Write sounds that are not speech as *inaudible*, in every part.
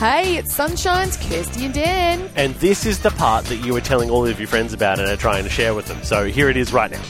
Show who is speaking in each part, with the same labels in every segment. Speaker 1: Hey, it's Sunshine's Kirsty and Dan.
Speaker 2: And this is the part that you were telling all of your friends about and are trying to share with them. So here it is right now.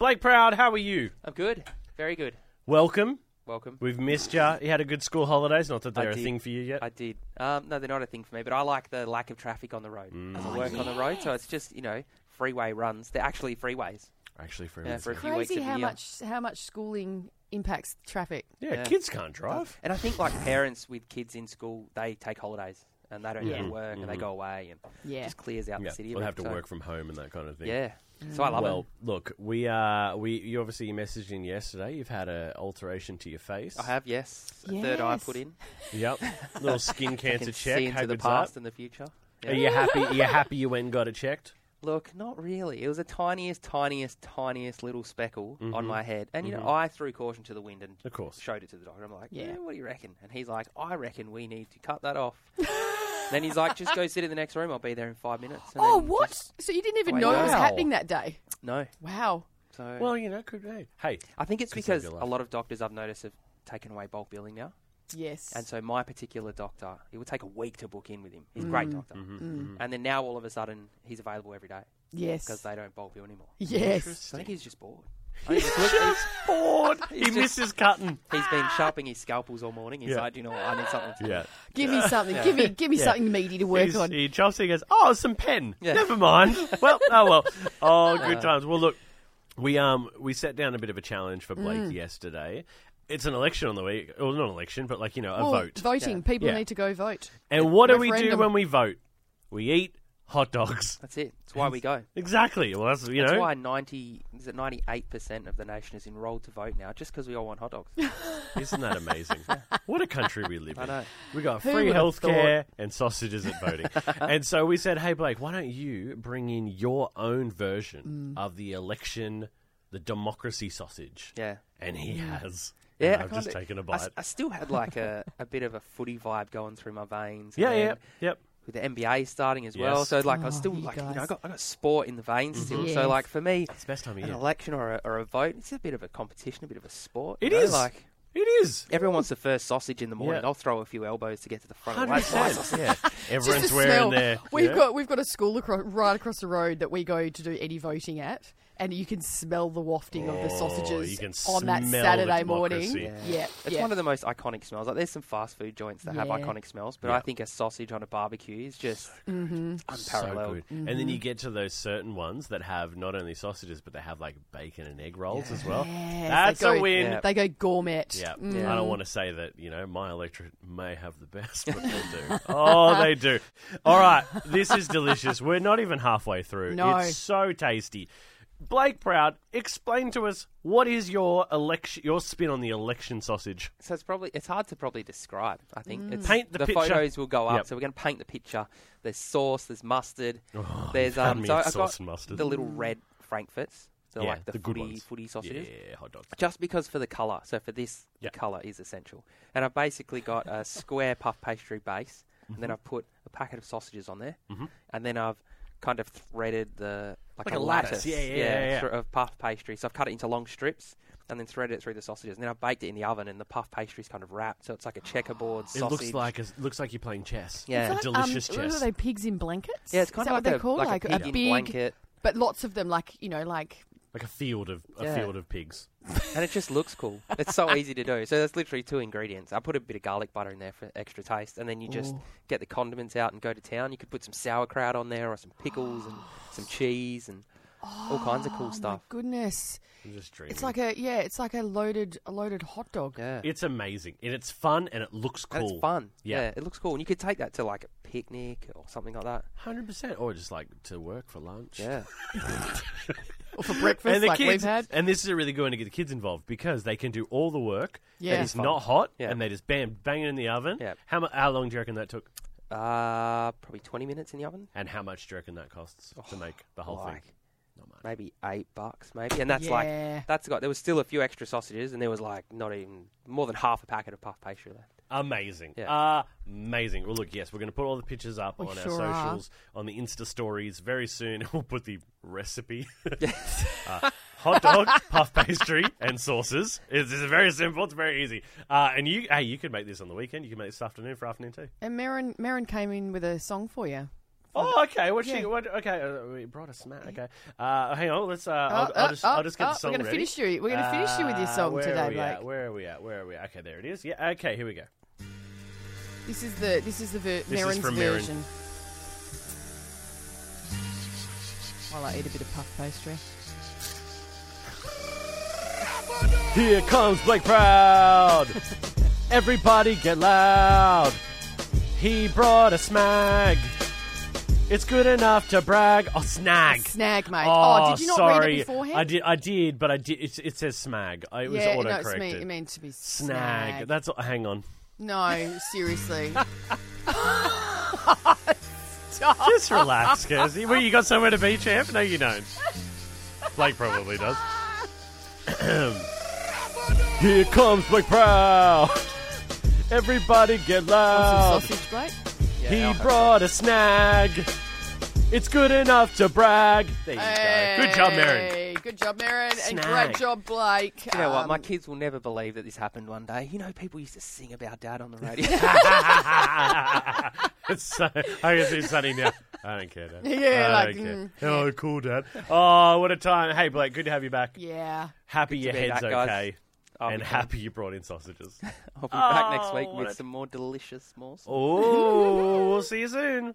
Speaker 2: Blake Proud, how are you?
Speaker 3: I'm good. Very good.
Speaker 2: Welcome.
Speaker 3: Welcome.
Speaker 2: We've missed you. You had a good school holidays. Not that
Speaker 3: I
Speaker 2: they're a
Speaker 3: did.
Speaker 2: thing for you yet.
Speaker 3: I did. Um, no, they're not a thing for me, but I like the lack of traffic on the road.
Speaker 2: Mm.
Speaker 3: As I work on the road, so it's just, you know, freeway runs. They're actually freeways.
Speaker 2: Actually, for
Speaker 3: Yeah,
Speaker 2: yeah,
Speaker 3: for a few weeks
Speaker 1: Crazy
Speaker 3: of the
Speaker 1: how
Speaker 3: year.
Speaker 1: much how much schooling impacts traffic.
Speaker 2: yeah, kids can't drive.
Speaker 3: And I think, like, parents with kids in school, they take holidays and they don't
Speaker 1: Yeah.
Speaker 3: go to work and they go away and
Speaker 1: Yeah.
Speaker 3: just clears out
Speaker 2: Mm-hmm. Yeah,
Speaker 3: the city. a
Speaker 2: they'll
Speaker 3: bit,
Speaker 2: have to
Speaker 3: so-
Speaker 2: work from home and that kind of thing.
Speaker 3: Yeah. So I love
Speaker 2: well,
Speaker 3: it.
Speaker 2: look, we uh, we you obviously messaged in yesterday. You've had a alteration to your face.
Speaker 3: I have, yes. A Third eye
Speaker 1: Yes.
Speaker 3: put in. *laughs*
Speaker 2: Yep, little skin
Speaker 3: Can
Speaker 2: cancer check.
Speaker 3: see
Speaker 2: How
Speaker 3: into the
Speaker 2: good's that?
Speaker 3: past and the future. Yeah.
Speaker 2: Are you happy? Are you happy you went and got it
Speaker 3: *laughs*
Speaker 2: checked?
Speaker 3: Look, not really. It was the tiniest, tiniest, tiniest little speckle on my head. And, you know, I threw caution to the wind and
Speaker 2: Of course.
Speaker 3: showed it to the doctor. I'm like,
Speaker 1: Yeah.
Speaker 3: yeah. what do you reckon? And he's like, I reckon we need to cut that off. *laughs* then he's like, just go sit in the next room. I'll be there in five minutes. And
Speaker 1: Oh,
Speaker 3: then
Speaker 1: what?
Speaker 3: just-
Speaker 1: So you didn't even
Speaker 3: Wow.
Speaker 1: know it was happening that day?
Speaker 3: no.
Speaker 1: Wow.
Speaker 3: So
Speaker 2: Well, you know, could be. Hey,
Speaker 3: I think it's
Speaker 2: could save
Speaker 3: because
Speaker 2: your
Speaker 3: a
Speaker 2: life.
Speaker 3: lot of doctors I've noticed have taken away bulk billing now.
Speaker 1: Yes.
Speaker 3: And so my particular doctor, it would take a week to book in with him. He's a great doctor. And then now all of a sudden, he's available every day because
Speaker 1: yes.
Speaker 3: they don't bulk bill anymore.
Speaker 1: Yes.
Speaker 3: So I think he's just bored. I think he's looked- he's-
Speaker 2: bored.
Speaker 3: He's
Speaker 2: He
Speaker 3: just-
Speaker 2: misses cutting.
Speaker 3: He's been
Speaker 1: Ah.
Speaker 3: sharpening his scalpels all morning. He's
Speaker 2: Yeah.
Speaker 3: like, you know what? I need something. To
Speaker 2: Yeah.
Speaker 1: Give me something. Give me give me something meaty to work
Speaker 2: He's-
Speaker 1: on.
Speaker 2: He chops it. He goes, "Oh, some pen.
Speaker 3: Yeah.
Speaker 2: Never mind." well, oh well. Oh, good times. Well, look, we um we set down a bit of a challenge for Blake yesterday. It's an election on the week, or well, not an election, but like you know, a
Speaker 1: Well,
Speaker 2: vote.
Speaker 1: Oh, Voting. People
Speaker 2: Yeah.
Speaker 1: need to go vote.
Speaker 2: and what do we do
Speaker 1: referendum.
Speaker 2: when we vote? We eat hot dogs. *laughs*
Speaker 3: That's it. That's why we go.
Speaker 2: Exactly. Well, that's you
Speaker 3: That's
Speaker 2: know.
Speaker 3: why ninety is it ninety eight percent of the nation is enrolled to vote now, just because we all want hot dogs.
Speaker 2: Isn't that amazing? what a country we live in.
Speaker 3: know.
Speaker 2: We got
Speaker 1: Who
Speaker 2: free
Speaker 1: would have
Speaker 2: healthcare and sausages at voting. and so we said, hey, Blake, why don't you bring in your own version of the election, the democracy sausage?
Speaker 3: Yeah.
Speaker 2: And he has.
Speaker 3: Yeah,
Speaker 2: And
Speaker 3: I
Speaker 2: I've just
Speaker 3: kinda-
Speaker 2: taken a
Speaker 3: I s-
Speaker 2: bite.
Speaker 3: I, still had like a, a bit of a footy vibe going through my veins.
Speaker 2: yeah,
Speaker 3: and
Speaker 2: yeah,
Speaker 3: then
Speaker 2: yep.
Speaker 3: With the NBA starting as well,
Speaker 2: Yes. Mm-hmm.
Speaker 3: so like I was
Speaker 1: Oh,
Speaker 3: still
Speaker 1: you
Speaker 3: like, you know, I
Speaker 1: guys.
Speaker 3: got I got sport in the veins still.
Speaker 1: Yes.
Speaker 3: So like for me,
Speaker 2: It's the best time of
Speaker 3: an
Speaker 2: year.
Speaker 3: election or a, or a vote, it's a bit of a competition, a bit of a sport.
Speaker 2: It
Speaker 3: you know,
Speaker 2: is.
Speaker 3: like
Speaker 2: It is.
Speaker 3: everyone wants the first sausage in the morning.
Speaker 2: Yeah.
Speaker 3: I'll throw a few elbows to get to the front. of the line.
Speaker 2: 100%. yeah.
Speaker 1: Just
Speaker 2: Everyone's
Speaker 1: the
Speaker 2: wearing
Speaker 1: smell.
Speaker 2: their.
Speaker 1: We've
Speaker 2: yeah.
Speaker 1: got we've got a school across, right across the road that we go to do any voting at, and you can smell the wafting of the
Speaker 2: Oh,
Speaker 1: sausages
Speaker 2: you can
Speaker 1: on that
Speaker 2: smell the
Speaker 1: Saturday morning.
Speaker 2: democracy.
Speaker 1: Yeah, yeah.
Speaker 3: It's one of the most iconic smells. Like there's some fast food joints that have
Speaker 1: Yeah.
Speaker 3: iconic smells, but I think a sausage on a barbecue is just unparalleled.
Speaker 2: So good. And then you get to those certain ones that have not only sausages, but they have like bacon and egg rolls as well.
Speaker 1: Yes,
Speaker 2: That's
Speaker 1: they go,
Speaker 2: a win.
Speaker 3: Yeah.
Speaker 1: They go gourmet.
Speaker 2: Yeah.
Speaker 1: Mm.
Speaker 2: I don't want to say that, you know, my electorate may have the best, but
Speaker 1: *laughs*
Speaker 2: they do. oh, they do. All right. This is delicious. We're not even halfway through.
Speaker 1: No.
Speaker 2: It's so tasty. Blake Proud, explain to us what is your election your spin on the election sausage?
Speaker 3: So it's probably it's hard to probably describe. I think it's,
Speaker 2: Paint the picture.
Speaker 3: photos will go up,
Speaker 2: Yep.
Speaker 3: so we're going to paint the picture. There's sauce. There's mustard. there's
Speaker 2: had
Speaker 3: um.
Speaker 2: me
Speaker 3: So
Speaker 2: at
Speaker 3: I've
Speaker 2: Oh, sauce
Speaker 3: got
Speaker 2: and mustard.
Speaker 3: the little red frankfurts. So
Speaker 2: Yeah,
Speaker 3: like the,
Speaker 2: the good
Speaker 3: footy
Speaker 2: ones.
Speaker 3: footy sausages.
Speaker 2: Yeah, hot dog.
Speaker 3: Just because for the colour. So for this,
Speaker 2: Yep.
Speaker 3: the colour is essential. And I've basically
Speaker 2: *laughs*
Speaker 3: got a square puff pastry base, and then
Speaker 2: Mm-hmm.
Speaker 3: I've put a packet of sausages on there, and then I've kind of threaded the like,
Speaker 2: Like a
Speaker 3: a,
Speaker 2: lattice. Yeah, yeah, yeah, yeah.
Speaker 3: thr- of puff pastry. So I've cut it into long strips. And then threaded it through the sausages, and then I baked it in the oven, and the puff pastry's kind of wrapped, so it's like a checkerboard
Speaker 2: *gasps* It
Speaker 3: sausage.
Speaker 2: looks like a, looks like you're playing chess.
Speaker 3: Yeah.
Speaker 1: It's like,
Speaker 2: delicious
Speaker 1: um, What
Speaker 2: chess.
Speaker 1: are they? Pigs in blankets.
Speaker 3: yeah, it's
Speaker 1: Is
Speaker 3: kind
Speaker 1: that
Speaker 3: of
Speaker 1: what
Speaker 3: like
Speaker 1: they're
Speaker 3: a,
Speaker 1: called?
Speaker 3: like, a pig in
Speaker 1: big,
Speaker 3: blanket,
Speaker 1: but lots of them. Like you know, like
Speaker 2: Like a field of a
Speaker 3: Yeah.
Speaker 2: field of pigs.
Speaker 3: and it just looks cool.
Speaker 2: *laughs*
Speaker 3: It's so easy to do. So that's literally two ingredients. I put a bit of garlic butter in there for extra taste, and then you just get the condiments out and go to town. You could put some sauerkraut on there, or some pickles, *gasps* and some cheese, and all kinds of cool
Speaker 1: oh my
Speaker 3: stuff.
Speaker 1: goodness,
Speaker 2: I'm just dreaming.
Speaker 1: it's like a yeah, it's like a loaded a loaded hot dog.
Speaker 3: Yeah,
Speaker 2: It's amazing and it's fun and it looks cool.
Speaker 3: and it's fun.
Speaker 2: Yeah.
Speaker 3: Yeah. it looks cool, and you could take that to like a picnic or something
Speaker 2: *laughs*
Speaker 3: like that.
Speaker 2: Hundred percent, or just like to work for lunch.
Speaker 3: Yeah,
Speaker 1: Or for breakfast,
Speaker 2: and the
Speaker 1: like
Speaker 2: kids,
Speaker 1: we've had.
Speaker 2: and this is a really good one to get the kids involved because they can do all the work.
Speaker 1: Yeah.
Speaker 2: and
Speaker 1: It
Speaker 2: it's
Speaker 1: is
Speaker 2: not hot,
Speaker 3: Yeah.
Speaker 2: and they just bam, bang it in the oven.
Speaker 3: Yeah.
Speaker 2: How mu- how long do you reckon that took?
Speaker 3: uh, probably twenty minutes in the oven,
Speaker 2: And how much do you reckon that costs
Speaker 1: Oh,
Speaker 2: to make the whole
Speaker 3: like
Speaker 2: thing? Not much.
Speaker 3: maybe eight bucks, maybe. And that's like
Speaker 1: Yeah.
Speaker 3: that's got. There was still a few extra sausages, and there was like not even more than half a packet of puff pastry left.
Speaker 2: Amazing.
Speaker 3: Yeah.
Speaker 2: Amazing. Well, look, yes, we're going to put all the pictures up
Speaker 1: We
Speaker 2: on
Speaker 1: sure
Speaker 2: our
Speaker 1: are. *laughs*
Speaker 2: *laughs* socials, on the Insta stories very soon. We'll put the recipe. *laughs* uh, hot dog, puff pastry, and sauces. It's, it's very simple. It's very easy. Uh, and you, hey, you could make this on the weekend. You can make this afternoon for afternoon tea.
Speaker 1: And Marin, Marin came in with a song for you.
Speaker 2: Oh, okay. What she?
Speaker 1: Yeah.
Speaker 2: What? Okay. Uh, we brought a smack. Okay. Uh, hang on. Let's. Uh, I'll,
Speaker 1: Oh,
Speaker 2: I'll
Speaker 1: oh,
Speaker 2: just.
Speaker 1: oh,
Speaker 2: I'll just get
Speaker 1: oh,
Speaker 2: the song
Speaker 1: We're going to
Speaker 2: ready.
Speaker 1: finish you. We're going to finish you with your
Speaker 2: Uh,
Speaker 1: song
Speaker 2: where
Speaker 1: today,
Speaker 2: are we
Speaker 1: Blake.
Speaker 2: at? Where are we at? Where are we? at? Okay, there it is. Yeah. Okay, here we go.
Speaker 1: This is the this is the ver-
Speaker 2: is
Speaker 1: Marin's
Speaker 2: from Marin.
Speaker 1: version. While I eat a bit of puff pastry.
Speaker 2: Here comes Blake *laughs* Proud. Everybody get loud. He brought a smag. It's good enough to brag. Oh, snag.
Speaker 1: Snag, mate.
Speaker 2: Oh,
Speaker 1: did you not
Speaker 2: sorry.
Speaker 1: read it beforehand?
Speaker 2: I did. I did, but I did. It, it says smag. I, it was
Speaker 1: yeah,
Speaker 2: auto
Speaker 1: no, it's
Speaker 2: corrected.
Speaker 1: mean, it meant to be
Speaker 2: snag.
Speaker 1: snag.
Speaker 2: That's. Hang on.
Speaker 1: No,
Speaker 2: *laughs*
Speaker 1: seriously.
Speaker 2: Just relax, Kirsty. Well, you got somewhere to be, champ? No, you don't. Blake probably does. *clears throat* Here comes Blake Proud. Everybody get
Speaker 1: Some
Speaker 2: loud.
Speaker 1: sausage, Blake.
Speaker 3: Yeah, I'll
Speaker 2: He
Speaker 3: have
Speaker 2: brought a snag. It's good enough to brag. There you go. Good job, Marin.
Speaker 1: Hey, Good job, Marin, and
Speaker 2: Snag.
Speaker 1: great job, Blake.
Speaker 3: You know what?
Speaker 1: Um,
Speaker 3: My kids will never believe that this happened one day. You know, people used to sing about
Speaker 2: *laughs*
Speaker 3: dad on the radio.
Speaker 2: *laughs* It's so, I can see Sunny now. I don't care, Dad.
Speaker 1: Yeah,
Speaker 2: I
Speaker 1: like,
Speaker 2: don't care.
Speaker 1: mm,
Speaker 2: Oh, cool, Dad. Oh, what a time. Hey, Blake, good to have you back.
Speaker 1: yeah.
Speaker 2: Happy your
Speaker 3: be
Speaker 2: head's
Speaker 3: back, guys.
Speaker 2: okay.
Speaker 3: I'll be
Speaker 2: and
Speaker 3: back.
Speaker 2: happy you brought in sausages.
Speaker 3: I'll be back next
Speaker 2: Oh,
Speaker 3: week
Speaker 2: what
Speaker 3: with
Speaker 2: a-
Speaker 3: some more delicious morsels.
Speaker 2: Oh, we'll see you soon.